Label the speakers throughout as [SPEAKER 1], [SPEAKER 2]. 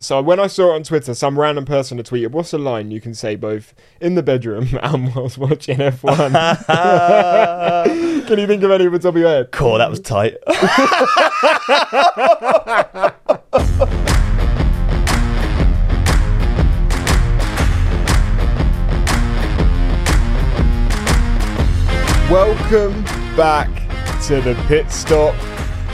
[SPEAKER 1] So when I saw it on Twitter, some random person had tweeted, "What's a line you can say both in the bedroom and whilst watching F1?" can you think of any off the top of your head?
[SPEAKER 2] Cool, that was tight.
[SPEAKER 1] Welcome back to the Pit Stop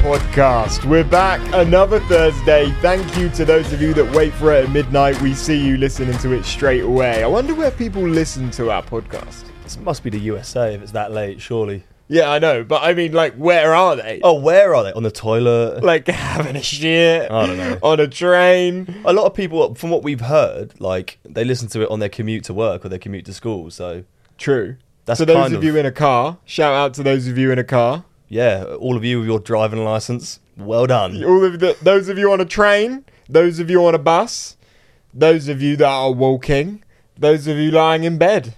[SPEAKER 1] Podcast. We're back another Thursday. Thank you to those of you that wait for it at midnight. We see you listening to it straight away. I wonder where people listen to our podcast.
[SPEAKER 2] This must be the USA if it's that late, surely.
[SPEAKER 1] Yeah, I know, but I mean, like, where are they?
[SPEAKER 2] Oh, where are they? On the toilet?
[SPEAKER 1] Like having a shit
[SPEAKER 2] I don't know.
[SPEAKER 1] on a train.
[SPEAKER 2] A lot of people, from what we've heard, like they listen to it on their commute to work or their commute to school. So
[SPEAKER 1] True.
[SPEAKER 2] That's
[SPEAKER 1] so. Those
[SPEAKER 2] kind
[SPEAKER 1] of,
[SPEAKER 2] of-
[SPEAKER 1] you in a car, shout out to those of you in a car.
[SPEAKER 2] yeah, all of you with your driving license, well done.
[SPEAKER 1] All of the, those of you on a train, those of you on a bus, those of you that are walking, those of you lying in bed.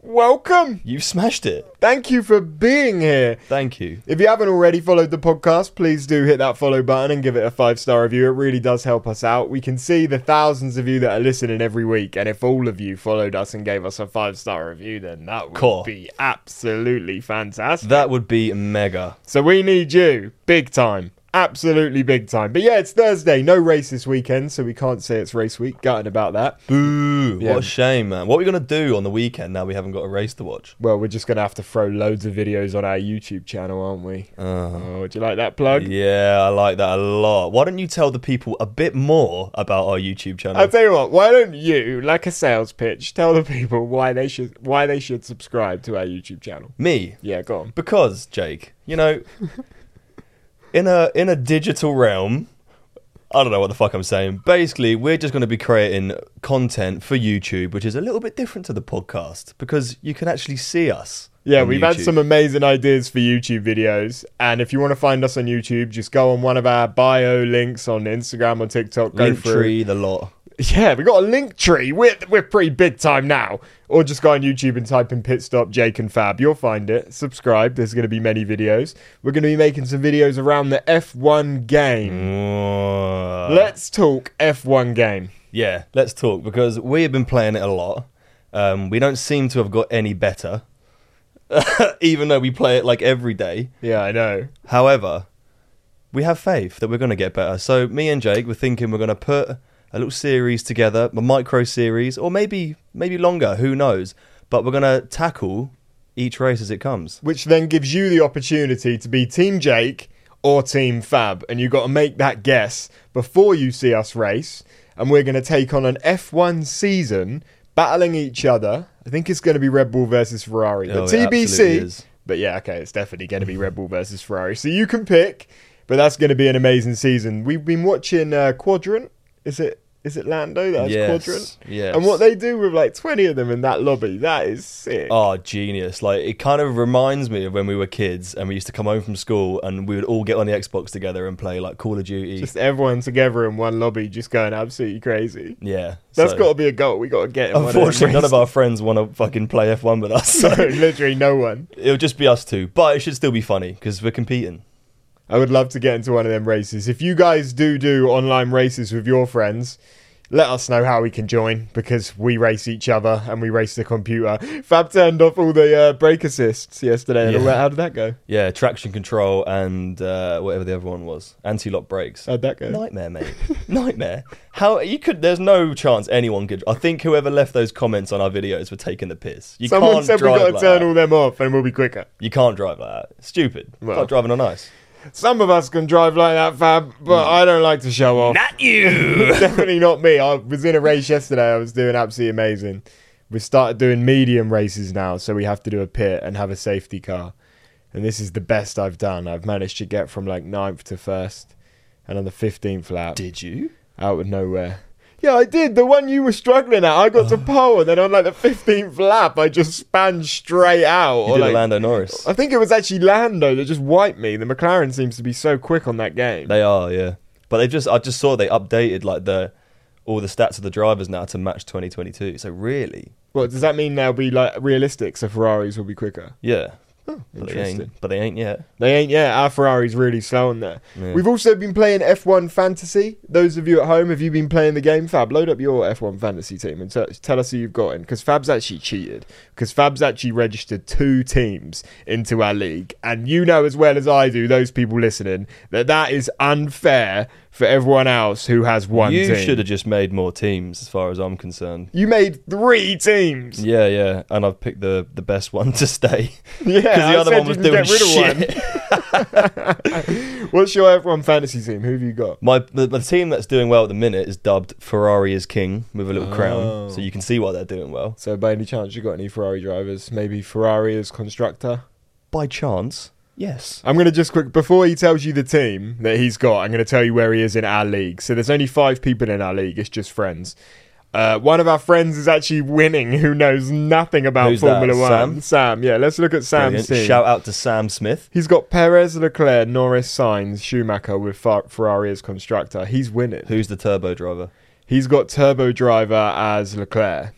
[SPEAKER 1] Welcome.
[SPEAKER 2] You've smashed it.
[SPEAKER 1] Thank you for being here.
[SPEAKER 2] Thank you.
[SPEAKER 1] If you haven't already followed the podcast, please do hit that follow button and give it a five star review. It really does help us out. We can see the thousands of you that are listening every week, and if all of you followed us and gave us a five star review, then that would
[SPEAKER 2] Cool.
[SPEAKER 1] be absolutely fantastic.
[SPEAKER 2] That would be mega.
[SPEAKER 1] So we need you big time. Absolutely big time. But yeah, it's Thursday. No race this weekend, so we can't say it's race week. Gutted about that.
[SPEAKER 2] Boo!
[SPEAKER 1] Yeah.
[SPEAKER 2] What a shame, man. What are we gonna do on the weekend now we haven't got a race to watch?
[SPEAKER 1] Well, we're just going to have to throw loads of videos on our YouTube channel, aren't we? oh, would you like that plug?
[SPEAKER 2] Uh. Yeah, I like that a lot. Why don't you tell the people a bit more about our YouTube channel?
[SPEAKER 1] I'll tell you what. Why don't you, like a sales pitch, tell the people why they should why they should subscribe to our YouTube channel?
[SPEAKER 2] Me,
[SPEAKER 1] Yeah, go on.
[SPEAKER 2] because Jake, you know, in a in a digital realm, I don't know what the fuck I'm saying. Basically, we're just going to be creating content for YouTube, which is a little bit different to the podcast because you can actually see us.
[SPEAKER 1] Yeah,
[SPEAKER 2] on
[SPEAKER 1] we've had
[SPEAKER 2] YouTube.
[SPEAKER 1] some amazing ideas for YouTube videos, and if you want to find us on YouTube, just go on one of our bio links on Instagram or TikTok. Go through.
[SPEAKER 2] Linktree, the lot.
[SPEAKER 1] Yeah, we got a link tree. We're we're pretty big time now. Or just go on YouTube and type in pit stop Jake and Fab. You'll find it. Subscribe. There's going to be many videos. We're going to be making some videos around the F1
[SPEAKER 2] Mm.
[SPEAKER 1] game. Let's talk F1 game.
[SPEAKER 2] Yeah, let's talk because we have been playing it a lot. Um, we don't seem to have got any better, even though we play it like every day.
[SPEAKER 1] Yeah, I know.
[SPEAKER 2] However, we have faith that we're going to get better. So me and Jake were thinking we're going to put a little series together, a micro series, or maybe maybe longer. Who knows? But we're going to tackle each race as it comes.
[SPEAKER 1] Which then gives you the opportunity to be Team Jake or Team Fab, and you got to make that guess before you see us race. And we're going to take on an F1 season, battling each other. I think it's going to be Red Bull versus Ferrari, but
[SPEAKER 2] Oh, it absolutely
[SPEAKER 1] TBC.
[SPEAKER 2] is.
[SPEAKER 1] But yeah, okay, it's definitely going to be Red Bull versus Ferrari. So you can pick, but that's going to be an amazing season. We've been watching uh, Quadrant. Is it? Is it Lando that has
[SPEAKER 2] Yes,
[SPEAKER 1] Quadrant?
[SPEAKER 2] yes.
[SPEAKER 1] And what they do with like twenty of them in that lobby, that is sick.
[SPEAKER 2] Oh, genius. Like, it kind of reminds me of when we were kids and we used to come home from school and we would all get on the Xbox together and play, like, Call of Duty.
[SPEAKER 1] Just everyone together in one lobby, just going absolutely crazy.
[SPEAKER 2] yeah.
[SPEAKER 1] That's
[SPEAKER 2] so-
[SPEAKER 1] got to be a goal. We got to get. in one of them
[SPEAKER 2] Unfortunately, none of
[SPEAKER 1] races.
[SPEAKER 2] our friends want to fucking play F1 with us. So
[SPEAKER 1] No, literally no one.
[SPEAKER 2] it'll just be us two. But it should still be funny because we're competing.
[SPEAKER 1] I would love to get into one of them races. If you guys do do online races with your friends, Let us know how we can join because we race each other and we race the computer. Fab turned off all the uh, brake assists yesterday. And all
[SPEAKER 2] Yeah.
[SPEAKER 1] that. How did that go?
[SPEAKER 2] Yeah, traction control and uh, whatever the other one was, anti-lock brakes.
[SPEAKER 1] How'd that go?
[SPEAKER 2] Nightmare, mate. Nightmare. How you could? There's no chance anyone could. I think whoever left those comments on our videos were taking the piss. You
[SPEAKER 1] Someone
[SPEAKER 2] can't
[SPEAKER 1] said we
[SPEAKER 2] drive
[SPEAKER 1] got to
[SPEAKER 2] like
[SPEAKER 1] turn
[SPEAKER 2] that.
[SPEAKER 1] all them off and we'll be quicker.
[SPEAKER 2] You can't drive like that. Stupid.
[SPEAKER 1] Well.
[SPEAKER 2] Like driving on ice.
[SPEAKER 1] Some of us can drive like that, Fab, but
[SPEAKER 2] Hmm.
[SPEAKER 1] I don't like to show off.
[SPEAKER 3] Not you.
[SPEAKER 1] Definitely not me. I was in a race yesterday. I was doing absolutely amazing. We started doing medium races now, so we have to do a pit and have a safety car. And this is the best I've done. I've managed to get from like ninth to first, and on the fifteenth lap,
[SPEAKER 2] Did you?
[SPEAKER 1] out of nowhere. Yeah, I did. The one you were struggling at, I
[SPEAKER 2] Oh.
[SPEAKER 1] got to pole, and then on like the fifteenth lap, I just span straight out.
[SPEAKER 2] You
[SPEAKER 1] or,
[SPEAKER 2] did
[SPEAKER 1] like-
[SPEAKER 2] a Lando Norris.
[SPEAKER 1] I think it was actually Lando that just wiped me. The McLaren seems to be so quick on that game.
[SPEAKER 2] They are, yeah. But they just I just saw they updated like the all the stats of the drivers now to match 2022. So really,
[SPEAKER 1] Well, does that mean they'll be like realistic? So Ferraris will be quicker.
[SPEAKER 2] yeah. but they
[SPEAKER 1] Interesting.
[SPEAKER 2] ain't. But they ain't yet.
[SPEAKER 1] They ain't yet. Our Ferrari's really slow on there.
[SPEAKER 2] Yeah.
[SPEAKER 1] We've also been playing F1 Fantasy. Those of you at home, have you been playing the game? Fab, load up your F1 Fantasy team and t- tell us who you've got in. Because Fab's actually cheated. Because Fab's actually registered two teams into our league. And you know as well as I do, those people listening, that that is unfair for everyone else who has one
[SPEAKER 2] you
[SPEAKER 1] team.
[SPEAKER 2] should have just made more teams, as far as I'm concerned.
[SPEAKER 1] You made three teams.
[SPEAKER 2] Yeah, yeah, and I've picked the the best one to stay.
[SPEAKER 1] Yeah, I
[SPEAKER 2] because the other
[SPEAKER 1] said
[SPEAKER 2] one
[SPEAKER 1] you
[SPEAKER 2] was
[SPEAKER 1] can
[SPEAKER 2] doing
[SPEAKER 1] get rid of
[SPEAKER 2] shit.
[SPEAKER 1] What's your F1 fantasy team? Who have you got?
[SPEAKER 2] My the, the team that's doing well at the minute is dubbed Ferrari is King with a little crown,
[SPEAKER 1] Oh.
[SPEAKER 2] so you can see why they're doing well.
[SPEAKER 1] So, by any chance, you got any Ferrari drivers? Maybe Ferrari as constructor?
[SPEAKER 2] By chance, yes.
[SPEAKER 1] I'm going to just quick, before he tells you the team that he's got, I'm going to tell you where he is in our league. So, there's only five people in our league, it's just friends. Uh, one of our friends is actually winning who knows nothing about
[SPEAKER 2] Who's that,
[SPEAKER 1] Formula One.
[SPEAKER 2] Sam?
[SPEAKER 1] Sam, yeah, let's look at Sam's
[SPEAKER 2] Brilliant.
[SPEAKER 1] team.
[SPEAKER 2] Shout out to Sam Smith.
[SPEAKER 1] He's got Perez, Leclerc, Norris, Sainz, Schumacher with Fer- Ferrari as constructor. He's winning.
[SPEAKER 2] Who's the turbo driver?
[SPEAKER 1] He's got Turbo Driver as Leclerc.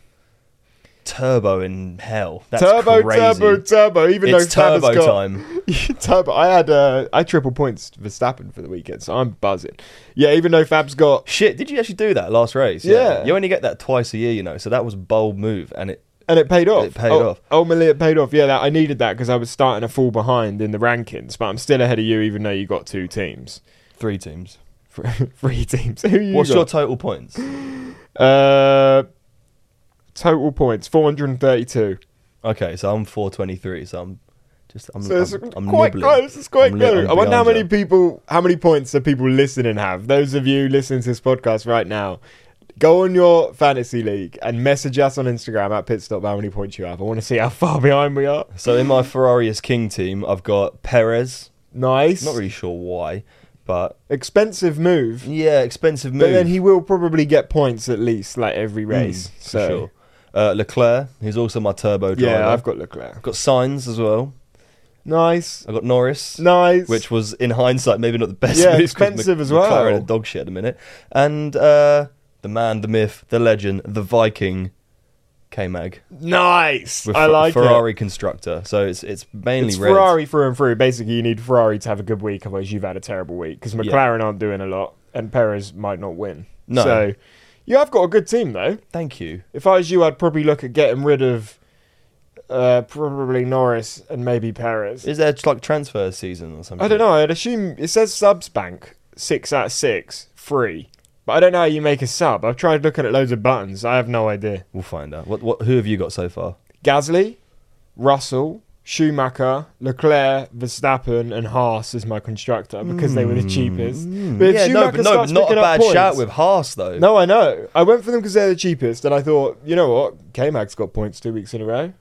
[SPEAKER 2] Turbo in hell. That's
[SPEAKER 1] turbo,
[SPEAKER 2] crazy.
[SPEAKER 1] turbo, turbo. Even
[SPEAKER 2] It's
[SPEAKER 1] though Fab has
[SPEAKER 2] turbo
[SPEAKER 1] got-
[SPEAKER 2] time.
[SPEAKER 1] turbo. I had uh, I triple points Verstappen for the weekend, so I'm buzzing. Yeah, even though Fab's got
[SPEAKER 2] Shit, did you actually do that last race?
[SPEAKER 1] Yeah.
[SPEAKER 2] You only get that twice a year, you know, so that was a bold move and it
[SPEAKER 1] and it paid off.
[SPEAKER 2] It paid
[SPEAKER 1] Oh,
[SPEAKER 2] off.
[SPEAKER 1] Ultimately, it paid off. Yeah, that, I needed that because I was starting to fall behind in the rankings, but I'm still ahead of you, even though you got two teams,
[SPEAKER 2] three teams.
[SPEAKER 1] three teams. Who you
[SPEAKER 2] What's your
[SPEAKER 1] got?
[SPEAKER 2] total points?
[SPEAKER 1] uh, total points? 432.
[SPEAKER 2] Okay, so I'm 423, so I'm just I'm,
[SPEAKER 1] So it's
[SPEAKER 2] I'm, I'm
[SPEAKER 1] quite
[SPEAKER 2] nibbling.
[SPEAKER 1] close. It's quite
[SPEAKER 2] I'm li-
[SPEAKER 1] close.
[SPEAKER 2] I'm
[SPEAKER 1] I wonder how
[SPEAKER 2] behind
[SPEAKER 1] many
[SPEAKER 2] you.
[SPEAKER 1] people, how many points do people listening have? Those of you listening to this podcast right now, go on your fantasy league and message us on Instagram at pitstop how many points you have. I want to see how far behind we are.
[SPEAKER 2] So in my Ferrari is King team, I've got Perez.
[SPEAKER 1] Nice.
[SPEAKER 2] Not really sure why, but
[SPEAKER 1] Expensive move,
[SPEAKER 2] yeah, expensive move.
[SPEAKER 1] but then he will probably get points at least like every
[SPEAKER 2] Mm,
[SPEAKER 1] race.
[SPEAKER 2] for
[SPEAKER 1] so
[SPEAKER 2] sure. Uh, Leclerc, he's also my turbo driver.
[SPEAKER 1] yeah, I've got Leclerc.
[SPEAKER 2] I've got Signs as well.
[SPEAKER 1] Nice,
[SPEAKER 2] I've got Norris.
[SPEAKER 1] nice.
[SPEAKER 2] which was in hindsight maybe not the best.
[SPEAKER 1] Yeah,
[SPEAKER 2] move 'cause
[SPEAKER 1] expensive
[SPEAKER 2] Mc-
[SPEAKER 1] as well.
[SPEAKER 2] McLaren are dog shit at the minute, and uh, the man, the myth, the legend, the Viking, K Mag.
[SPEAKER 1] nice.
[SPEAKER 2] with
[SPEAKER 1] I
[SPEAKER 2] Fer-
[SPEAKER 1] like it.
[SPEAKER 2] Ferrari constructor. So it's it's mainly
[SPEAKER 1] It's
[SPEAKER 2] red.
[SPEAKER 1] Ferrari through and through. Basically, you need Ferrari to have a good week, otherwise you've had a terrible week because McLaren aren't doing a lot, and Perez might not win.
[SPEAKER 2] No.
[SPEAKER 1] So you have got a good team though.
[SPEAKER 2] Thank you.
[SPEAKER 1] If I was you, I'd probably look at getting rid of uh, probably Norris and maybe Perez.
[SPEAKER 2] Is there like transfer season or something?
[SPEAKER 1] I don't know. I'd assume it says subs bank six out of six free, but I don't know how you make a sub. I've tried looking at loads of buttons. I have no idea.
[SPEAKER 2] We'll find out. What what? Who have you got so far?
[SPEAKER 1] Gasly, Russell, Schumacher, Leclerc, Verstappen, and Haas is my constructor because they were the cheapest. But if
[SPEAKER 2] Hmm. yeah, no,
[SPEAKER 1] Schumacher
[SPEAKER 2] but no, but
[SPEAKER 1] starts
[SPEAKER 2] not a
[SPEAKER 1] picking up
[SPEAKER 2] bad
[SPEAKER 1] points-
[SPEAKER 2] shout with Haas though.
[SPEAKER 1] No, I know. I went for them because they're the cheapest, and I thought, you know what, K Mag's got points two weeks in a row.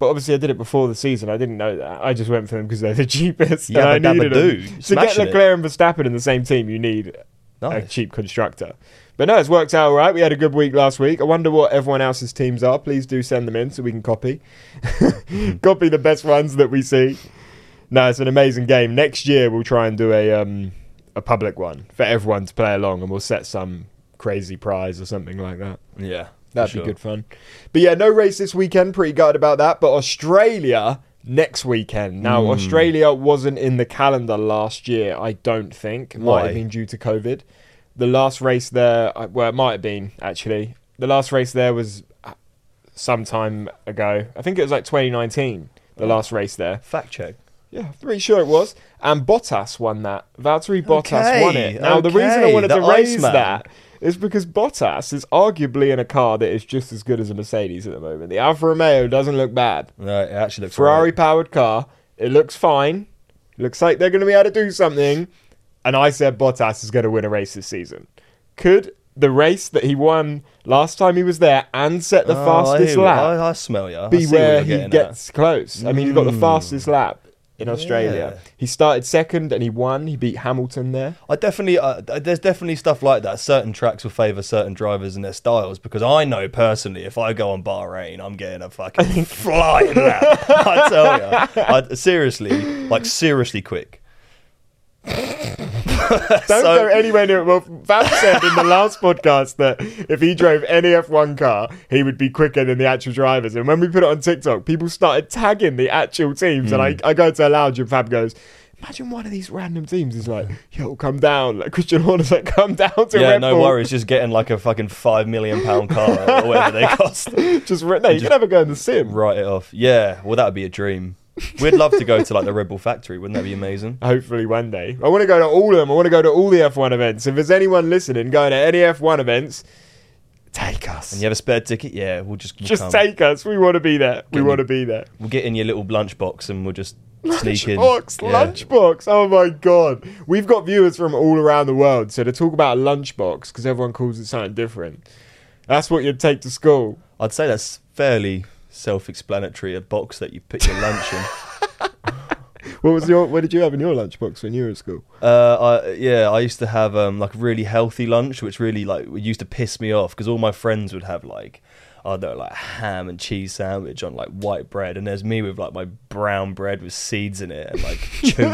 [SPEAKER 1] But obviously, I did it before the season. I didn't know that. I just went for them because they're the cheapest.
[SPEAKER 2] Yabba
[SPEAKER 1] and I
[SPEAKER 2] dabba
[SPEAKER 1] needed
[SPEAKER 2] doo.
[SPEAKER 1] them. to get
[SPEAKER 2] Smashing it.
[SPEAKER 1] Leclerc and Verstappen in the same team. You need a
[SPEAKER 2] Nice.
[SPEAKER 1] cheap constructor. But no, it's worked out all right. We had a good week last week. I wonder what everyone else's teams are. Please do send them in so we can copy. copy the best ones that we see. No, it's an amazing game. Next year we'll try and do a um, a public one for everyone to play along, and we'll set some crazy prize or something like that.
[SPEAKER 2] Yeah, for
[SPEAKER 1] That'd
[SPEAKER 2] sure.
[SPEAKER 1] be good fun. But yeah, no race this weekend. Pretty gutted about that. But Australia next weekend. Now,
[SPEAKER 2] Hmm.
[SPEAKER 1] Australia wasn't in the calendar last year, I don't think. It Might
[SPEAKER 2] Why?
[SPEAKER 1] have been due to COVID. the last race there, I- well, it might have been actually. The last race there was uh, some time ago. I think it was like 2019. The
[SPEAKER 2] Hmm.
[SPEAKER 1] last race there.
[SPEAKER 2] Fact check.
[SPEAKER 1] Yeah, I'm pretty sure it was. And Bottas won that. Valtteri Bottas won
[SPEAKER 2] Okay,
[SPEAKER 1] it. Now, the reason I
[SPEAKER 2] okay,
[SPEAKER 1] wanted
[SPEAKER 2] the
[SPEAKER 1] to raise
[SPEAKER 2] Iceman.
[SPEAKER 1] that is because Bottas is arguably in a car that is just as good as a Mercedes at the moment. The Alfa Romeo doesn't look bad.
[SPEAKER 2] No, it actually looks
[SPEAKER 1] Ferrari
[SPEAKER 2] Ferrari.
[SPEAKER 1] powered car. It looks fine. Looks like they're going to be able to do something. And I said Bottas is going to win a race this season. Could the race that he won last time he was there and set the fastest lap
[SPEAKER 2] Oh, I, I smell you.
[SPEAKER 1] be where he gets close. I mean, he's got
[SPEAKER 2] Hmm.
[SPEAKER 1] the fastest lap in Australia. He started second and he won. He beat Hamilton there.
[SPEAKER 2] I definitely, uh, there's definitely stuff like that. Certain tracks will favour certain drivers and their styles because I know personally, if I go on Bahrain, I'm getting a fucking flying lap. I tell you, I, seriously, like seriously quick.
[SPEAKER 1] Don't
[SPEAKER 2] So-
[SPEAKER 1] go anywhere near it. Well, Van said in the last podcast that if he drove any F1 car, he would be quicker than the actual drivers. And when we put it on TikTok, people started tagging the actual teams. And I,
[SPEAKER 2] Hmm.
[SPEAKER 1] I go to a lounge and Fab goes, Imagine one of these random teams is like, yo, come down. Like Christian Horner's like, come down to
[SPEAKER 2] yeah,
[SPEAKER 1] Red
[SPEAKER 2] no
[SPEAKER 1] Bull.
[SPEAKER 2] worries. Just getting like a fucking five million pound car or whatever they cost.
[SPEAKER 1] Just, re- no, you can have a go in the sim.
[SPEAKER 2] Write it off. Yeah, well, that would be a dream. We'd love to go to like the Red Bull factory. Wouldn't that be amazing?
[SPEAKER 1] Hopefully one day. I want to go to all of them. I want to go to all the F1 events. If there's anyone listening going to any F1 events, take us.
[SPEAKER 2] And you have a spare ticket? Yeah, we'll just we'll
[SPEAKER 1] just
[SPEAKER 2] come.
[SPEAKER 1] take us. We want to be there. We
[SPEAKER 2] Can
[SPEAKER 1] want to
[SPEAKER 2] you-
[SPEAKER 1] be there.
[SPEAKER 2] We'll get in your little lunchbox and we'll just sneak in.
[SPEAKER 1] Lunchbox,
[SPEAKER 2] Yeah.
[SPEAKER 1] lunchbox. Oh my god, we've got viewers from all around the world. So to talk about a lunchbox because everyone calls it something different. That's what you'd take to school.
[SPEAKER 2] I'd say that's fairly self-explanatory. A box that you put your lunch in.
[SPEAKER 1] What was your? What did you have in your lunchbox when you were at school?
[SPEAKER 2] Uh, I, yeah, I used to have um, like a really healthy lunch, which really like used to piss me off because all my friends would have like, I don't know, like a ham and cheese sandwich on like white bread, and there's me with like my brown bread with seeds in it and like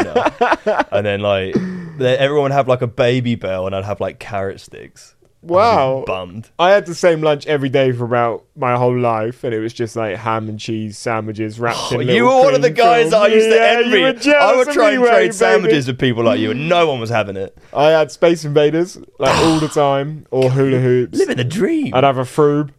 [SPEAKER 2] tuna, and then like they, everyone would have like a baby bell, and I'd have like carrot sticks.
[SPEAKER 1] Wow.
[SPEAKER 2] bummed.
[SPEAKER 1] I had the same lunch every day for about my whole life, and it was just like ham and cheese sandwiches wrapped in.
[SPEAKER 2] But
[SPEAKER 1] little
[SPEAKER 2] Oh, you were one
[SPEAKER 1] cream
[SPEAKER 2] of the guys that I
[SPEAKER 1] fills.
[SPEAKER 2] used to
[SPEAKER 1] Yeah,
[SPEAKER 2] envy.
[SPEAKER 1] You were
[SPEAKER 2] I
[SPEAKER 1] jealous
[SPEAKER 2] would
[SPEAKER 1] of
[SPEAKER 2] try
[SPEAKER 1] me,
[SPEAKER 2] and
[SPEAKER 1] weren't you,
[SPEAKER 2] trade
[SPEAKER 1] baby?
[SPEAKER 2] sandwiches with people like you, and no one was having it.
[SPEAKER 1] I had Space Invaders like all the time, or hula hoops.
[SPEAKER 2] Living the dream,
[SPEAKER 1] I'd have a froob.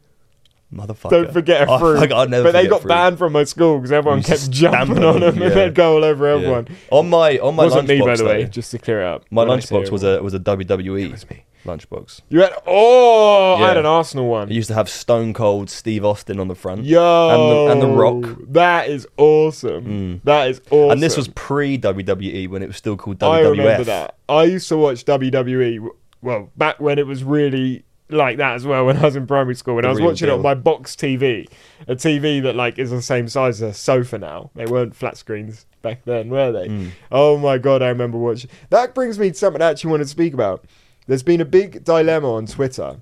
[SPEAKER 2] motherfucker.
[SPEAKER 1] Don't forget a
[SPEAKER 2] I-
[SPEAKER 1] froob.
[SPEAKER 2] I'll never
[SPEAKER 1] but they
[SPEAKER 2] forget
[SPEAKER 1] got
[SPEAKER 2] fruit.
[SPEAKER 1] banned from my school because everyone
[SPEAKER 2] used to
[SPEAKER 1] kept jumping
[SPEAKER 2] stamp
[SPEAKER 1] on
[SPEAKER 2] on
[SPEAKER 1] them
[SPEAKER 2] them,
[SPEAKER 1] and
[SPEAKER 2] yeah.
[SPEAKER 1] they'd go all over
[SPEAKER 2] Yeah.
[SPEAKER 1] everyone.
[SPEAKER 2] On my on my
[SPEAKER 1] Wasn't
[SPEAKER 2] lunchbox,
[SPEAKER 1] me, by the way,
[SPEAKER 2] though,
[SPEAKER 1] just to clear it up.
[SPEAKER 2] my
[SPEAKER 1] When I say
[SPEAKER 2] lunchbox was a was a WWE
[SPEAKER 1] me.
[SPEAKER 2] lunchbox.
[SPEAKER 1] You had oh, I had
[SPEAKER 2] Yeah.
[SPEAKER 1] an Arsenal
[SPEAKER 2] It
[SPEAKER 1] one.
[SPEAKER 2] used to have Stone Cold Steve Austin on the front.
[SPEAKER 1] Yo,
[SPEAKER 2] and the, and the Rock. Mm.
[SPEAKER 1] That is awesome. That is awesome.
[SPEAKER 2] And this was pre WWE when it was still called WWF.
[SPEAKER 1] I remember that. I used to watch WWE. w- Well, back when it was really like that as well. When I was in primary school, when I was
[SPEAKER 2] real
[SPEAKER 1] watching it on
[SPEAKER 2] deal.
[SPEAKER 1] my box TV, a TV that like is the same size as a sofa now. They weren't flat screens back then, were they?
[SPEAKER 2] Mm.
[SPEAKER 1] Oh my god, I remember watching. That brings me to something I actually wanted to speak about. There's been a big dilemma on Twitter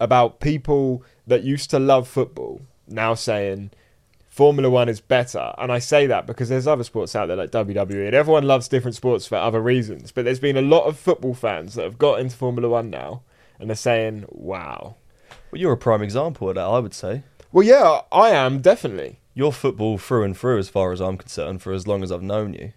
[SPEAKER 1] about people that used to love football now saying Formula One is better. And I say that because there's other sports out there like WWE, and everyone loves different sports for other reasons. But there's been a lot of football fans that have got into Formula One now and they're saying, wow.
[SPEAKER 2] Well, you're a prime example of that, I would say.
[SPEAKER 1] Well, yeah, I am definitely.
[SPEAKER 2] You're football through and through, as far as I'm concerned, for as long as I've known you.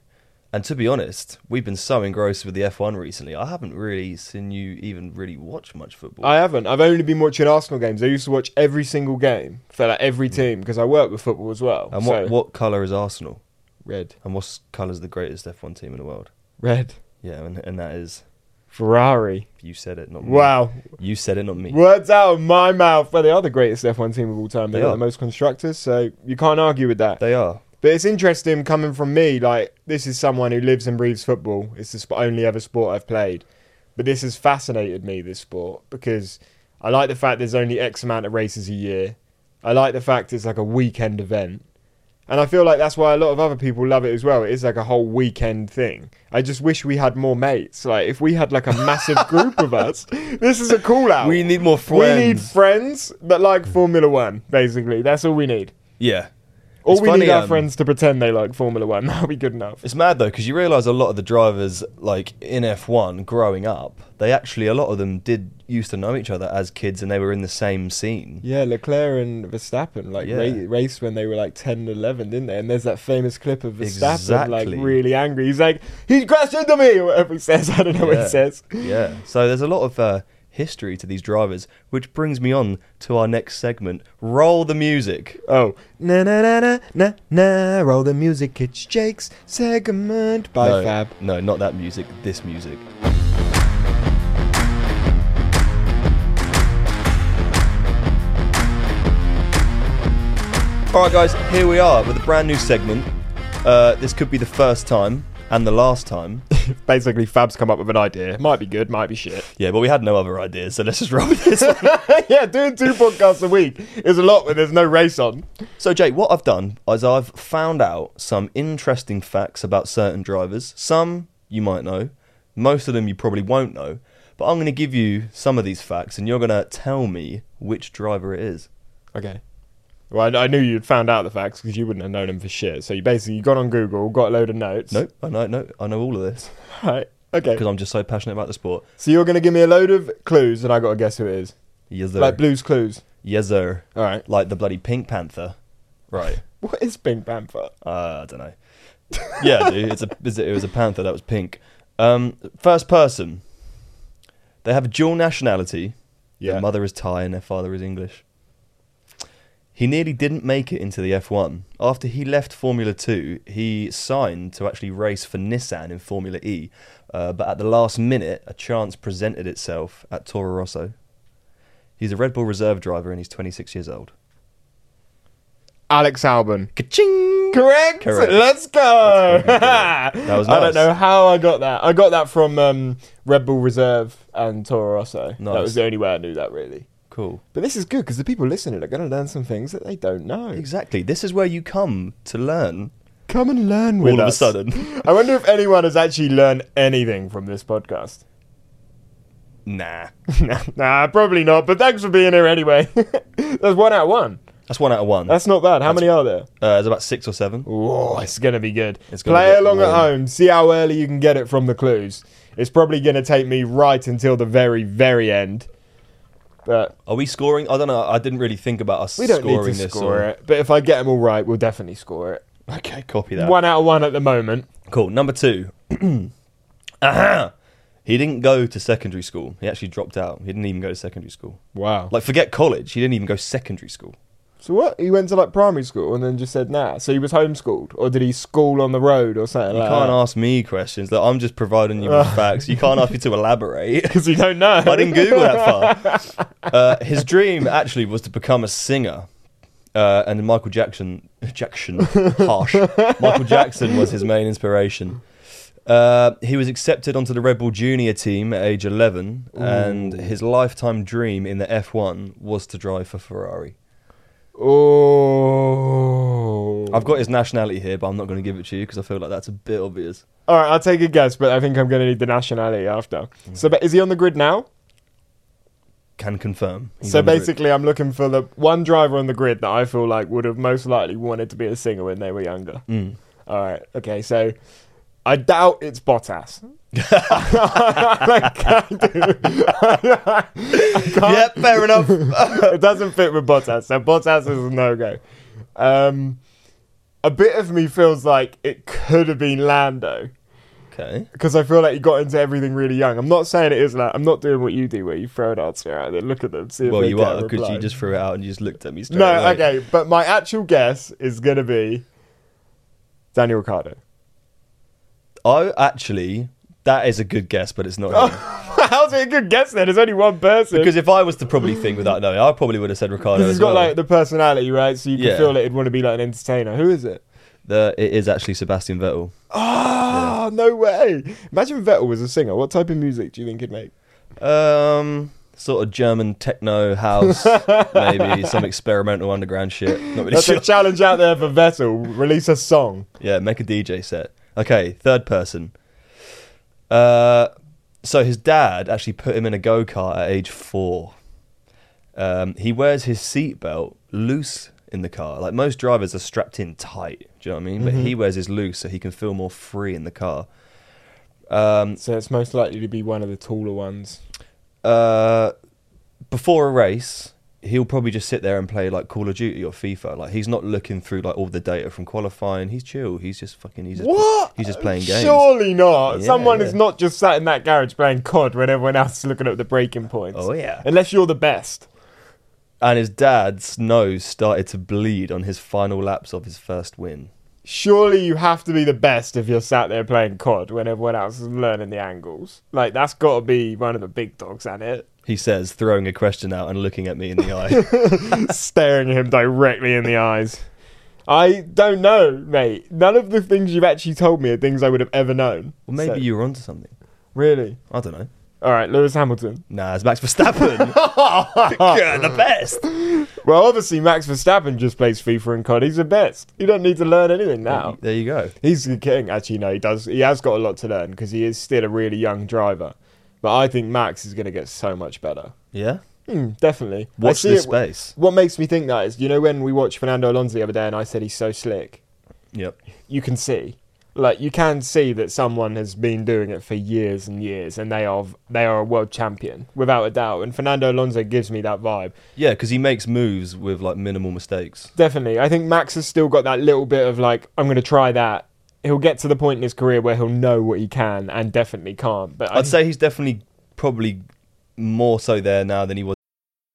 [SPEAKER 2] And to be honest, we've been so engrossed with the F1 recently. I haven't really seen you even really watch much football.
[SPEAKER 1] I haven't. I've only been watching Arsenal games. I used to watch every single game for like every team because I work with football as well.
[SPEAKER 2] Mm. and
[SPEAKER 1] So-
[SPEAKER 2] what what color is Arsenal?
[SPEAKER 1] Red.
[SPEAKER 2] And what color's the greatest F1 team in the world?
[SPEAKER 1] Red.
[SPEAKER 2] Yeah, and, and that is
[SPEAKER 1] Ferrari.
[SPEAKER 2] you said it, not me.
[SPEAKER 1] Wow.
[SPEAKER 2] You said it, not me.
[SPEAKER 1] Words out of my mouth. Well, they are the greatest F1 team of all time. They,
[SPEAKER 2] They
[SPEAKER 1] got
[SPEAKER 2] are.
[SPEAKER 1] the most constructors, so you can't argue with that.
[SPEAKER 2] They are.
[SPEAKER 1] but it's interesting coming from me. Like this is someone who lives and breathes football. It's the sp- only ever sport I've played, but this has fascinated me. This sport because I like the fact there's only X amount of races a year. I like the fact it's like a weekend event. And I feel like that's why a lot of other people love it as well. It is like a whole weekend thing. I just wish we had more mates. Like if we had like a massive group of us, this is a call out.
[SPEAKER 2] We need more
[SPEAKER 1] We need
[SPEAKER 2] friends.
[SPEAKER 1] friends that like Formula One. Basically, that's all we need.
[SPEAKER 2] Yeah.
[SPEAKER 1] Or
[SPEAKER 2] It's
[SPEAKER 1] we
[SPEAKER 2] funny,
[SPEAKER 1] need our
[SPEAKER 2] um,
[SPEAKER 1] friends to pretend they like Formula One. That'll be good enough.
[SPEAKER 2] It's mad though because you realise a lot of the drivers like in F1 growing up, they actually a lot of them did used to know each other as kids and they were in the same scene.
[SPEAKER 1] Yeah, Leclerc and Verstappen like
[SPEAKER 2] Yeah.
[SPEAKER 1] ra- raced when they were like 10, 11, didn't they? And there's that famous clip of Verstappen like
[SPEAKER 2] Exactly.
[SPEAKER 1] really angry. He's like, "He crashed into me," or whatever he says. I don't know what
[SPEAKER 2] Yeah.
[SPEAKER 1] he says.
[SPEAKER 2] Yeah. So there's a lot of uh, history to these drivers, which brings me on to our next segment. Roll the music.
[SPEAKER 1] Oh, na na na na na na. Roll the music. It's Jake's segment by
[SPEAKER 2] no,
[SPEAKER 1] Fab.
[SPEAKER 2] No, not that music. This music. All right, guys. Here we are with a brand new segment. Uh, this could be the first time and the last time.
[SPEAKER 1] Basically, Fab's come up with an idea. Might be good, might be shit.
[SPEAKER 2] yeah, but we had no other ideas, so let's just roll with this. one.
[SPEAKER 1] yeah, doing two podcasts a week is a lot when there's no race on.
[SPEAKER 2] So, Jake, what I've done is I've found out some interesting facts about certain drivers. Some you might know, most of them you probably won't know. But I'm going to give you some of these facts, and you're going to tell me which driver it is.
[SPEAKER 1] Okay. Well, I, I knew you'd found out the facts because you wouldn't have known them for shit. So you basically you got on Google, got a load of notes.
[SPEAKER 2] Nope, I know, no, I know all of this
[SPEAKER 1] Right. Okay.
[SPEAKER 2] because I'm just so passionate about the sport.
[SPEAKER 1] So you're gonna give me a load of clues, and I gotta guess who it is.
[SPEAKER 2] Yes, sir.
[SPEAKER 1] Like Blues Clues.
[SPEAKER 2] yes, sir.
[SPEAKER 1] All right.
[SPEAKER 2] Like the bloody Pink Panther. Right.
[SPEAKER 1] What is Pink Panther?
[SPEAKER 2] Uh, I don't know. Yeah, dude, it's a, it's a, it was a panther that was pink. Um, first person. They have a dual nationality.
[SPEAKER 1] Yeah.
[SPEAKER 2] Their mother is Thai and their father is English. He nearly didn't make it into the F1. After he left Formula 2, he signed to actually race for Nissan in Formula E. Uh, but at the last minute, a chance presented itself at Toro Rosso. He's a Red Bull reserve driver and he's 26 years old.
[SPEAKER 1] Alex Albon.
[SPEAKER 2] Ka-ching!
[SPEAKER 1] Correct.
[SPEAKER 2] Correct.
[SPEAKER 1] Let's go.
[SPEAKER 2] That was
[SPEAKER 1] I don't
[SPEAKER 2] nice.
[SPEAKER 1] know how I got that. I got that from um, Red Bull Reserve and Toro Rosso. That
[SPEAKER 2] Nice.
[SPEAKER 1] was the only way I knew that really.
[SPEAKER 2] Cool.
[SPEAKER 1] But this is good because the people listening are going to learn some things that they don't know.
[SPEAKER 2] Exactly. This is where you come to learn.
[SPEAKER 1] Come and learn with
[SPEAKER 2] All of a
[SPEAKER 1] us.
[SPEAKER 2] sudden.
[SPEAKER 1] I wonder if anyone has actually learned anything from this podcast.
[SPEAKER 2] Nah.
[SPEAKER 1] nah, probably not. But thanks for being here anyway. That's one out of one.
[SPEAKER 2] That's one out of one. Uh,
[SPEAKER 1] That's not bad. How many are there?
[SPEAKER 2] there's about six or seven.
[SPEAKER 1] Oh, it's gonna be good.
[SPEAKER 2] It's gonna
[SPEAKER 1] Play
[SPEAKER 2] get
[SPEAKER 1] along at
[SPEAKER 2] warm.
[SPEAKER 1] home. See how early you can get it from the clues. It's probably gonna take me right until the very, very end. But
[SPEAKER 2] Are we scoring? I don't know. I didn't really think about us
[SPEAKER 1] we don't
[SPEAKER 2] scoring
[SPEAKER 1] need to
[SPEAKER 2] this.
[SPEAKER 1] score
[SPEAKER 2] or-
[SPEAKER 1] it. But if I get them all right, we'll definitely score it.
[SPEAKER 2] Okay, copy that.
[SPEAKER 1] One out of one at the moment.
[SPEAKER 2] Cool. Number two. Aha! He didn't go to secondary school. He actually dropped out. He didn't even go to secondary school.
[SPEAKER 1] Wow.
[SPEAKER 2] Like, forget college. He didn't even go secondary school.
[SPEAKER 1] so what? He went to like primary school and then just said nah. So he was homeschooled, or did he school on the road or something?
[SPEAKER 2] You
[SPEAKER 1] like
[SPEAKER 2] can't ask me questions. Like, I'm just providing you
[SPEAKER 1] Uh.
[SPEAKER 2] with facts. You can't ask me to elaborate.
[SPEAKER 1] because you don't know.
[SPEAKER 2] I didn't Google that far. Uh, his dream actually was to become a singer. Uh, and Michael Jackson, Jackson, harsh. Michael Jackson was his main inspiration. Uh, he was accepted onto the Red Bull Junior team at age 11, and his lifetime dream in the F1 was to drive for Ferrari.
[SPEAKER 1] Oh.
[SPEAKER 2] I've got his nationality here, but I'm not going to give it to you because I feel like that's a bit obvious.
[SPEAKER 1] All right, I'll take a guess, but I think I'm going to need the nationality after.
[SPEAKER 2] Mm.
[SPEAKER 1] So, but is he on the grid now?
[SPEAKER 2] Can confirm. He's
[SPEAKER 1] so
[SPEAKER 2] on the grid.
[SPEAKER 1] basically, I'm looking for the one driver on the grid that I feel like would have most likely wanted to be a singer when they were younger.
[SPEAKER 2] Mm.
[SPEAKER 1] All right, okay, so I doubt it's Bottas. like, I do. I can't-
[SPEAKER 2] yeah, fair enough.
[SPEAKER 1] it doesn't fit with Bottas, so Bottas is a no go. Um, a bit of me feels like it could have been Lando.
[SPEAKER 2] okay.
[SPEAKER 1] because I feel like he got into everything really young. I'm not saying it is like I'm not doing what you do, where you throw an answer out and then look at them. See if
[SPEAKER 2] Well,
[SPEAKER 1] they
[SPEAKER 2] you
[SPEAKER 1] get
[SPEAKER 2] are
[SPEAKER 1] a
[SPEAKER 2] because you
[SPEAKER 1] reply.
[SPEAKER 2] just threw it out and you just looked at me straight
[SPEAKER 1] no,
[SPEAKER 2] away.
[SPEAKER 1] okay. But my actual guess is gonna be Daniel Ricciardo.
[SPEAKER 2] I actually, that is a good guess, but it's not. him.
[SPEAKER 1] How's it a good guess then? There's only one person
[SPEAKER 2] because if I was to probably think without knowing, I probably would have said Ricardo.
[SPEAKER 1] he's
[SPEAKER 2] as
[SPEAKER 1] got
[SPEAKER 2] well.
[SPEAKER 1] like the personality, right? So you can
[SPEAKER 2] Yeah.
[SPEAKER 1] feel that he'd want to be like an entertainer. Who is it?
[SPEAKER 2] The- it is actually Sebastian Vettel.
[SPEAKER 1] Ah, no way! Imagine Vettel was a singer. What type of music do you think he'd make?
[SPEAKER 2] Um, sort of German techno house, maybe some experimental underground shit. Not really
[SPEAKER 1] That's
[SPEAKER 2] sure.
[SPEAKER 1] a challenge out there for Vettel. Release a song.
[SPEAKER 2] yeah, make a DJ set. Okay, third person. Uh, so his dad actually put him in a go kart at age four. Um, he wears his seatbelt loose in the car. Like most drivers are strapped in tight. Do you know what I mean? But he wears his loose so he can feel more free in the car. Um,
[SPEAKER 1] Mm. So it's most likely to be one of the taller ones.
[SPEAKER 2] uh, before a race, he'll probably just sit there and play like Call of Duty or FIFA. Like he's not looking through like all the data from qualifying. He's chill. He's just fucking. He's just,
[SPEAKER 1] What?
[SPEAKER 2] He's just playing games.
[SPEAKER 1] Surely not.
[SPEAKER 2] Yeah,
[SPEAKER 1] Someone is
[SPEAKER 2] yeah.
[SPEAKER 1] not just sat in that garage playing COD when everyone else is looking at the breaking points.
[SPEAKER 2] Oh, yeah.
[SPEAKER 1] Unless you're the best.
[SPEAKER 2] And his dad's nose started to bleed on his final laps of his first win.
[SPEAKER 1] Surely you have to be the best if you're sat there playing COD when everyone else is learning the angles. Like that's got to be one of the big dogs at it,
[SPEAKER 2] He says, throwing a question out and looking at me in the eye.
[SPEAKER 1] staring him directly in the eyes. I don't know, mate. None of the things you've actually told me are things I would have ever known.
[SPEAKER 2] well, maybe
[SPEAKER 1] So-
[SPEAKER 2] you were onto something.
[SPEAKER 1] really.
[SPEAKER 2] I don't know.
[SPEAKER 1] All right, Lewis Hamilton.
[SPEAKER 2] Nah, it's Max Verstappen. yeah, the best.
[SPEAKER 1] Well, obviously Max Verstappen just plays FIFA and COD. He's the best. You don't need to learn anything now.
[SPEAKER 2] There you go.
[SPEAKER 1] He's the king. Actually, no, he does. He has got a lot to learn because he is still a really young driver. But I think Max is going to get so much better.
[SPEAKER 2] Yeah.
[SPEAKER 1] Hmm, definitely. I
[SPEAKER 2] Watch
[SPEAKER 1] see
[SPEAKER 2] this
[SPEAKER 1] it-
[SPEAKER 2] space.
[SPEAKER 1] What makes me think that is, you know, when we watched Fernando Alonso the other day, and I said he's so slick.
[SPEAKER 2] Yep.
[SPEAKER 1] You can see, like, you can see that someone has been doing it for years and years, and they are they are a world champion without a doubt. And Fernando Alonso gives me that vibe.
[SPEAKER 2] Yeah, because he makes moves with like minimal mistakes.
[SPEAKER 1] Definitely. I think Max has still got that little bit of like, I'm going to try that. He'll get to the point in his career where he'll know what he can and definitely can't. But I
[SPEAKER 2] I'd say he's definitely probably more so there now than he was.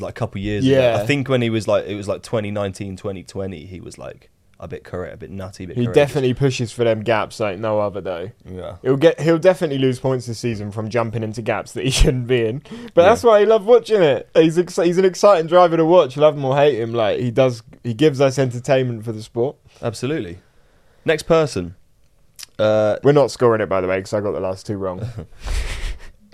[SPEAKER 2] like a couple years
[SPEAKER 1] Yeah.
[SPEAKER 2] ago. I think when he was like, it was like 2019, 2020, he was like a bit correct, a bit nutty, a bit
[SPEAKER 1] he
[SPEAKER 2] courageous.
[SPEAKER 1] definitely pushes for them gaps like no other, though.
[SPEAKER 2] Yeah.
[SPEAKER 1] He'll get he'll definitely lose points this season from jumping into gaps that he shouldn't be in. But that's why I love watching it. He's ex- he's an exciting driver to watch. Love him or hate him, like he does. He gives us entertainment for the sport.
[SPEAKER 2] Absolutely. Next person. Uh,
[SPEAKER 1] We're not scoring it by the way because I got the last two wrong.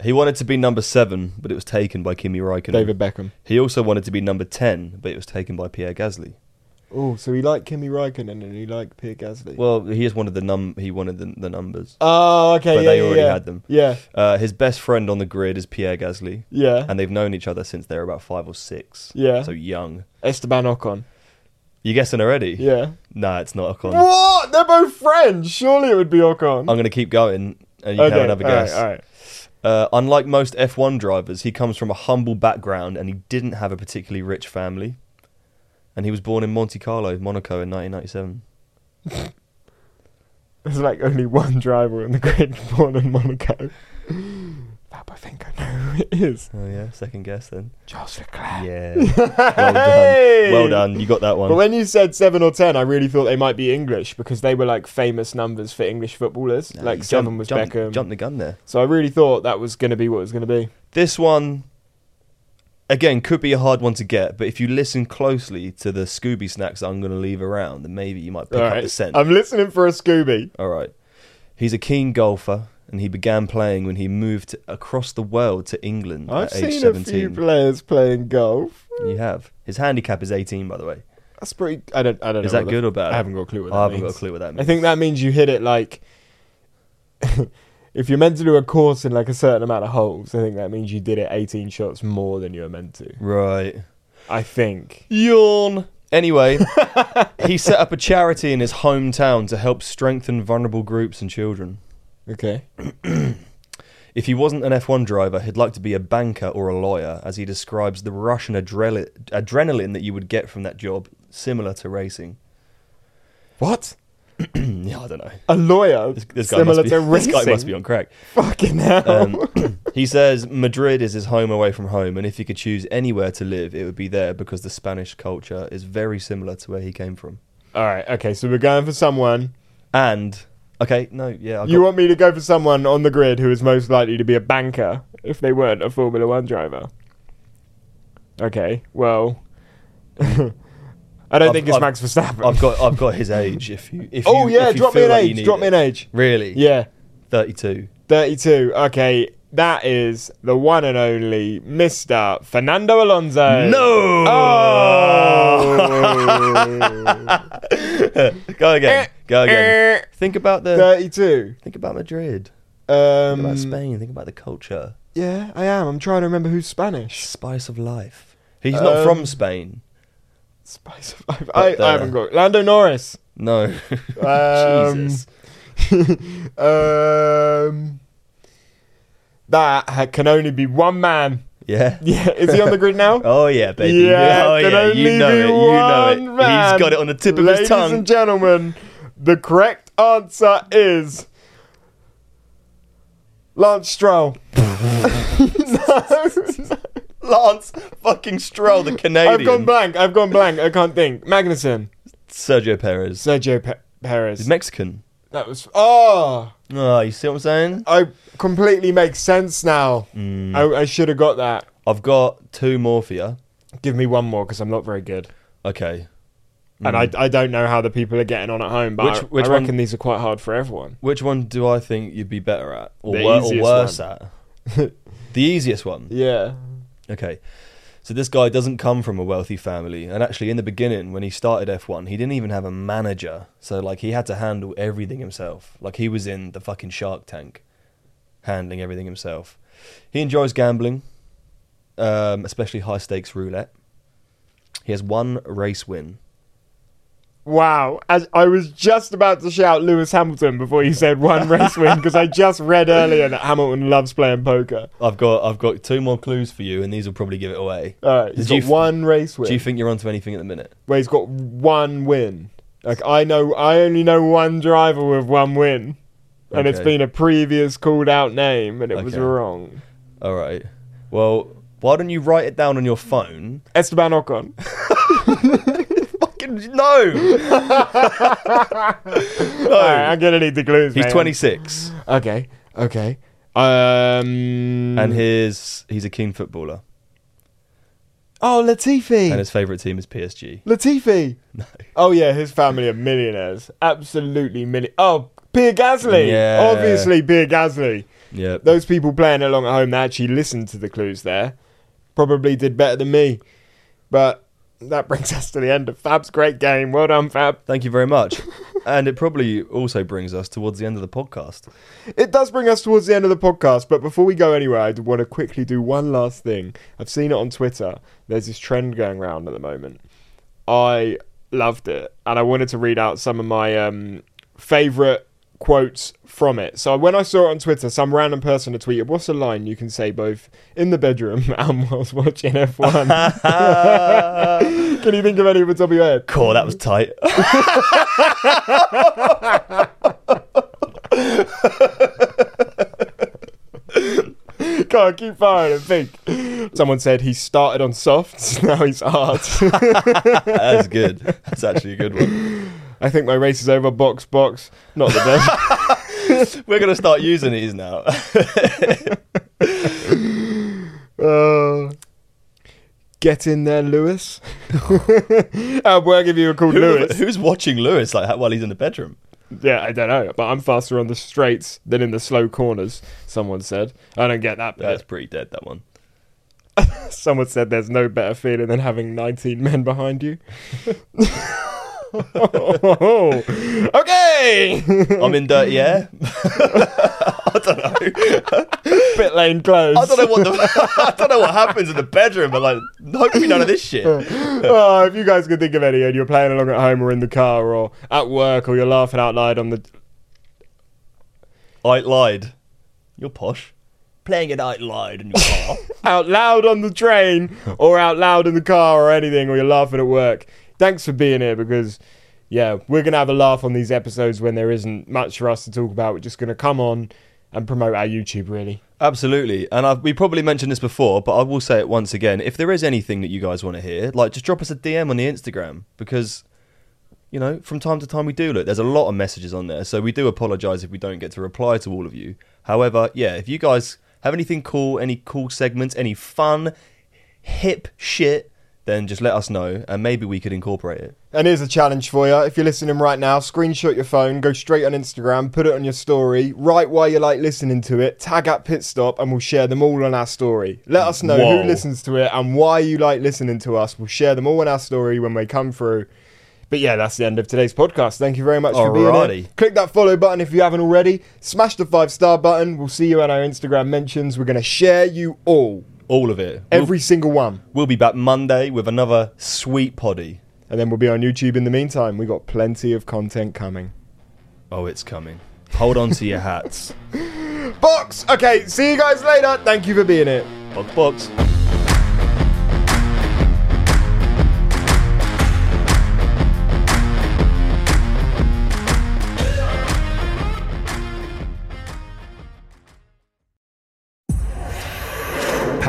[SPEAKER 2] he wanted to be number seven, but it was taken by Kimi Raikkonen.
[SPEAKER 1] David Beckham.
[SPEAKER 2] He also wanted to be number 10, but it was taken by Pierre Gasly.
[SPEAKER 1] Oh, so he liked Kimi Raikkonen and he liked Pierre Gasly.
[SPEAKER 2] Well, he just wanted the num he wanted the, the numbers.
[SPEAKER 1] oh, okay.
[SPEAKER 2] but
[SPEAKER 1] yeah,
[SPEAKER 2] they
[SPEAKER 1] yeah,
[SPEAKER 2] already
[SPEAKER 1] yeah.
[SPEAKER 2] had them.
[SPEAKER 1] Yeah,
[SPEAKER 2] Uh, his best friend on the grid is Pierre Gasly.
[SPEAKER 1] yeah.
[SPEAKER 2] And they've known each other since they were about five or six.
[SPEAKER 1] Yeah.
[SPEAKER 2] So young.
[SPEAKER 1] Esteban Ocon.
[SPEAKER 2] You guessing already?
[SPEAKER 1] Yeah.
[SPEAKER 2] Nah, it's not Ocon.
[SPEAKER 1] What? They're both French. Surely it would be Ocon.
[SPEAKER 2] I'm gonna keep going and you can have another guess.
[SPEAKER 1] All right, all right.
[SPEAKER 2] Uh, unlike most F1 drivers, he comes from a humble background and he didn't have a particularly rich family. And he was born in Monte Carlo, Monaco, in 1997.
[SPEAKER 1] There's like only one driver in the grid born in Monaco. that I think I know who it is.
[SPEAKER 2] Oh yeah, second guess then.
[SPEAKER 1] Charles Leclerc.
[SPEAKER 2] Yeah. well
[SPEAKER 1] Hey!
[SPEAKER 2] done. Well done. You got that one.
[SPEAKER 1] But when you said seven or ten, I really thought they might be English because they were like famous numbers for English footballers.
[SPEAKER 2] Nah,
[SPEAKER 1] like
[SPEAKER 2] you
[SPEAKER 1] seven
[SPEAKER 2] jumped-
[SPEAKER 1] was
[SPEAKER 2] jumped-
[SPEAKER 1] Beckham.
[SPEAKER 2] Jumped the gun there.
[SPEAKER 1] So I really thought that was going to be what it was going to be.
[SPEAKER 2] This one, again, could be a hard one to get, but if you listen closely to the Scooby snacks I'm going to leave around, then maybe you might pick
[SPEAKER 1] All
[SPEAKER 2] up the
[SPEAKER 1] right.
[SPEAKER 2] scent.
[SPEAKER 1] I'm listening for a Scooby.
[SPEAKER 2] All right. He's a keen golfer, and he began playing when he moved across the world to England
[SPEAKER 1] I've
[SPEAKER 2] at
[SPEAKER 1] seen
[SPEAKER 2] age
[SPEAKER 1] a
[SPEAKER 2] 17.
[SPEAKER 1] few players playing golf.
[SPEAKER 2] you have. His handicap is 18, by the way.
[SPEAKER 1] That's pretty. I don't. I don't
[SPEAKER 2] Is
[SPEAKER 1] know.
[SPEAKER 2] that
[SPEAKER 1] what
[SPEAKER 2] good or bad? Oh,
[SPEAKER 1] I haven't got a clue what that
[SPEAKER 2] I haven't
[SPEAKER 1] means.
[SPEAKER 2] got a clue what that
[SPEAKER 1] I
[SPEAKER 2] means.
[SPEAKER 1] think that means you hit it like. if you're meant to do a course in like a certain amount of holes, I think that means you did it 18 shots more than you were meant to.
[SPEAKER 2] Right.
[SPEAKER 1] I think.
[SPEAKER 2] Yawn. Anyway, he set up a charity in his hometown to help strengthen vulnerable groups and children.
[SPEAKER 1] Okay.
[SPEAKER 2] If he wasn't an F1 driver, he'd like to be a banker or a lawyer, as he describes the rush and adrel- adrenaline that you would get from that job similar to racing. Mm,
[SPEAKER 1] What?
[SPEAKER 2] Yeah, I don't know.
[SPEAKER 1] A lawyer
[SPEAKER 2] This, this guy
[SPEAKER 1] similar
[SPEAKER 2] must be,
[SPEAKER 1] to
[SPEAKER 2] this
[SPEAKER 1] racing?
[SPEAKER 2] guy must be on crack.
[SPEAKER 1] Fucking hell.
[SPEAKER 2] Um, he says Madrid is his home away from home, and if he could choose anywhere to live, it would be there because the Spanish culture is very similar to where he came from.
[SPEAKER 1] All right, okay, so we're going for someone.
[SPEAKER 2] And okay, no, yeah, I
[SPEAKER 1] You
[SPEAKER 2] got,
[SPEAKER 1] want me to go for someone on the grid who is most likely to be a banker if they weren't a Formula One driver? Okay, well, I don't
[SPEAKER 2] I've-
[SPEAKER 1] think it's
[SPEAKER 2] I've-
[SPEAKER 1] Max Verstappen.
[SPEAKER 2] I've got, I've got his age. If you, if
[SPEAKER 1] oh
[SPEAKER 2] you,
[SPEAKER 1] yeah,
[SPEAKER 2] if you
[SPEAKER 1] drop me
[SPEAKER 2] feel
[SPEAKER 1] an
[SPEAKER 2] like you
[SPEAKER 1] age.
[SPEAKER 2] need
[SPEAKER 1] Drop me
[SPEAKER 2] it.
[SPEAKER 1] an age.
[SPEAKER 2] Really?
[SPEAKER 1] Yeah,
[SPEAKER 2] thirty-two.
[SPEAKER 1] thirty-two. Okay, that is the one and only Mister Fernando Alonso.
[SPEAKER 2] No.
[SPEAKER 1] Oh.
[SPEAKER 2] go again. Go again.
[SPEAKER 1] Eh,
[SPEAKER 2] Think about the.
[SPEAKER 1] Thirty-two.
[SPEAKER 2] Think about Madrid. Think
[SPEAKER 1] Um,
[SPEAKER 2] about Spain. Think about the culture.
[SPEAKER 1] Yeah, I am. I'm trying to remember who's Spanish.
[SPEAKER 2] Spice of life. He's not
[SPEAKER 1] Um,
[SPEAKER 2] from Spain.
[SPEAKER 1] Spice of life. I,
[SPEAKER 2] there.
[SPEAKER 1] I haven't got Lando Norris.
[SPEAKER 2] No.
[SPEAKER 1] Um,
[SPEAKER 2] Jesus.
[SPEAKER 1] um, that ha- can only be one man.
[SPEAKER 2] Yeah.
[SPEAKER 1] Yeah, is he on the grid now?
[SPEAKER 2] Oh yeah, baby.
[SPEAKER 1] Yeah,
[SPEAKER 2] oh
[SPEAKER 1] can
[SPEAKER 2] yeah.
[SPEAKER 1] only
[SPEAKER 2] You know
[SPEAKER 1] be
[SPEAKER 2] it. You know it.
[SPEAKER 1] one man.
[SPEAKER 2] He's got it on the tip of
[SPEAKER 1] Ladies
[SPEAKER 2] his tongue.
[SPEAKER 1] and gentlemen, the correct answer is Lance Stroll. no,
[SPEAKER 2] Lance fucking Stroll, the Canadian.
[SPEAKER 1] I've gone blank. I've gone blank. I can't think. Magnussen,
[SPEAKER 2] Sergio Perez.
[SPEAKER 1] Sergio Pe- Perez.
[SPEAKER 2] He's Mexican.
[SPEAKER 1] that was oh.
[SPEAKER 2] Oh, you see what I'm saying?
[SPEAKER 1] I completely makes sense now.
[SPEAKER 2] Mm.
[SPEAKER 1] I, I should have got that.
[SPEAKER 2] I've got two more for you.
[SPEAKER 1] Give me one more because I'm not very good,
[SPEAKER 2] Okay.
[SPEAKER 1] and I, I don't know how the people are getting on at home. But
[SPEAKER 2] Mm. Which-
[SPEAKER 1] I,
[SPEAKER 2] which
[SPEAKER 1] I
[SPEAKER 2] one-
[SPEAKER 1] reckon these are quite hard for everyone.
[SPEAKER 2] Which one do I think you'd be better at, or,
[SPEAKER 1] The
[SPEAKER 2] wor- or
[SPEAKER 1] easiest
[SPEAKER 2] worse
[SPEAKER 1] one.
[SPEAKER 2] at? the easiest one.
[SPEAKER 1] Yeah.
[SPEAKER 2] Okay. So this guy doesn't come from a wealthy family, and actually, in the beginning, when he started F1, he didn't even have a manager. So like, he had to handle everything himself. Like he was in the fucking Shark Tank, handling everything himself. He enjoys gambling, um, especially high stakes roulette. He has one race win.
[SPEAKER 1] Wow. As I was just about to shout Lewis Hamilton before you said one race win because I just read earlier that Hamilton loves playing poker.
[SPEAKER 2] I've got I've got two more clues for you, and these will probably give it away.
[SPEAKER 1] All right, he's
[SPEAKER 2] Did you
[SPEAKER 1] got
[SPEAKER 2] f-
[SPEAKER 1] one race win.
[SPEAKER 2] Do you think you're onto anything at the minute?
[SPEAKER 1] Where he's got one win. Like I know, I only know one driver with one win, and it's
[SPEAKER 2] Okay.
[SPEAKER 1] been a previous called out name, and it was
[SPEAKER 2] Okay.
[SPEAKER 1] wrong.
[SPEAKER 2] All right. Well, why don't you write it down on your phone?
[SPEAKER 1] Esteban Ocon.
[SPEAKER 2] Fucking no.
[SPEAKER 1] Alright, I'm gonna need the clues.
[SPEAKER 2] He's
[SPEAKER 1] mate.
[SPEAKER 2] 26,
[SPEAKER 1] Okay, okay. Um,
[SPEAKER 2] and his he's a keen footballer,
[SPEAKER 1] oh Latifi,
[SPEAKER 2] and his favourite team is PSG.
[SPEAKER 1] Latifi. No. Oh yeah, his family are millionaires. Absolutely million. Oh, Pierre Gasly.
[SPEAKER 2] Yeah.
[SPEAKER 1] Obviously, Pierre Gasly.
[SPEAKER 2] Yeah.
[SPEAKER 1] Those people playing along at home that actually listened to the clues there probably did better than me. But that brings us to the end of Fab's great game. Well done, Fab.
[SPEAKER 2] Thank you very much. and it probably also brings us towards the end of the podcast.
[SPEAKER 1] It does bring us towards the end of the podcast, but before we go anywhere, I want to quickly do one last thing. I've seen it on Twitter. There's this trend going around at the moment. I loved it, and I wanted to read out some of my um, favorite quotes from it. So when I saw it on Twitter, some random person had tweeted, "What's a line you can say both in the bedroom and whilst watching F1?" can you think of any of the top of your head?
[SPEAKER 2] Cool, that was tight.
[SPEAKER 1] Go on, keep firing and think. Someone said he started on softs, now he's hard.
[SPEAKER 2] That's good. That's actually a good one.
[SPEAKER 1] I think my race is over. Box, box. Not the best.
[SPEAKER 2] We're gonna start using these now.
[SPEAKER 1] uh, get in there, Lewis. I'll work if you were called Lewis.
[SPEAKER 2] Who's watching Lewis like while he's in the bedroom?
[SPEAKER 1] Yeah, I don't know, but I'm faster on the straights than in the slow corners. Someone said. I don't get that.
[SPEAKER 2] That's
[SPEAKER 1] Bit.
[SPEAKER 2] pretty dead. That one.
[SPEAKER 1] Someone said there's no better feeling than having 19 men behind you. okay.
[SPEAKER 2] I'm in dirty air. I don't know.
[SPEAKER 1] Bit lane closed.
[SPEAKER 2] I don't know what the, I don't know what happens in the bedroom, but like hopefully none of this shit.
[SPEAKER 1] oh, if you guys can think of any and you're playing along at home or in the car or at work or you're laughing out loud on the
[SPEAKER 2] I lied. You're posh. Playing it, I lied in your car.
[SPEAKER 1] out loud on the train or out loud in the car or anything or you're laughing at work thanks for being here because, yeah, we're going to have a laugh on these episodes when there isn't much for us to talk about. We're just going to come on and promote our YouTube, really.
[SPEAKER 2] Absolutely. And I've, we probably mentioned this before, but I will say it once again. If there is anything that you guys want to hear, like just drop us a DM on the Instagram because, you know, from time to time we do look. There's a lot of messages on there. So we do apologize if we don't get to reply to all of you. However, yeah, if you guys have anything cool, any cool segments, any fun, hip shit, then just let us know and maybe we could incorporate it.
[SPEAKER 1] And here's a challenge for you. If you're listening right now, screenshot your phone, go straight on Instagram, put it on your story, write why you like listening to it, tag at Pit Stop, and we'll share them all on our story. Let us know
[SPEAKER 2] Whoa.
[SPEAKER 1] who listens to it and why you like listening to us. We'll share them all on our story when they come through. But yeah, that's the end of today's podcast. Thank you very much for being here.
[SPEAKER 2] Alrighty.
[SPEAKER 1] Click that follow button if you haven't already. Smash the five star button. We'll see you on our Instagram mentions. We're going to share you all,
[SPEAKER 2] All of it. We'll-
[SPEAKER 1] every single one.
[SPEAKER 2] we'll be back Monday with another sweet poddy.
[SPEAKER 1] And then we'll be on YouTube in the meantime. We've got plenty of content coming.
[SPEAKER 2] Oh, it's coming. Hold on to your hats.
[SPEAKER 1] box. Okay, see you guys later. Thank you for being here.
[SPEAKER 2] Box, box.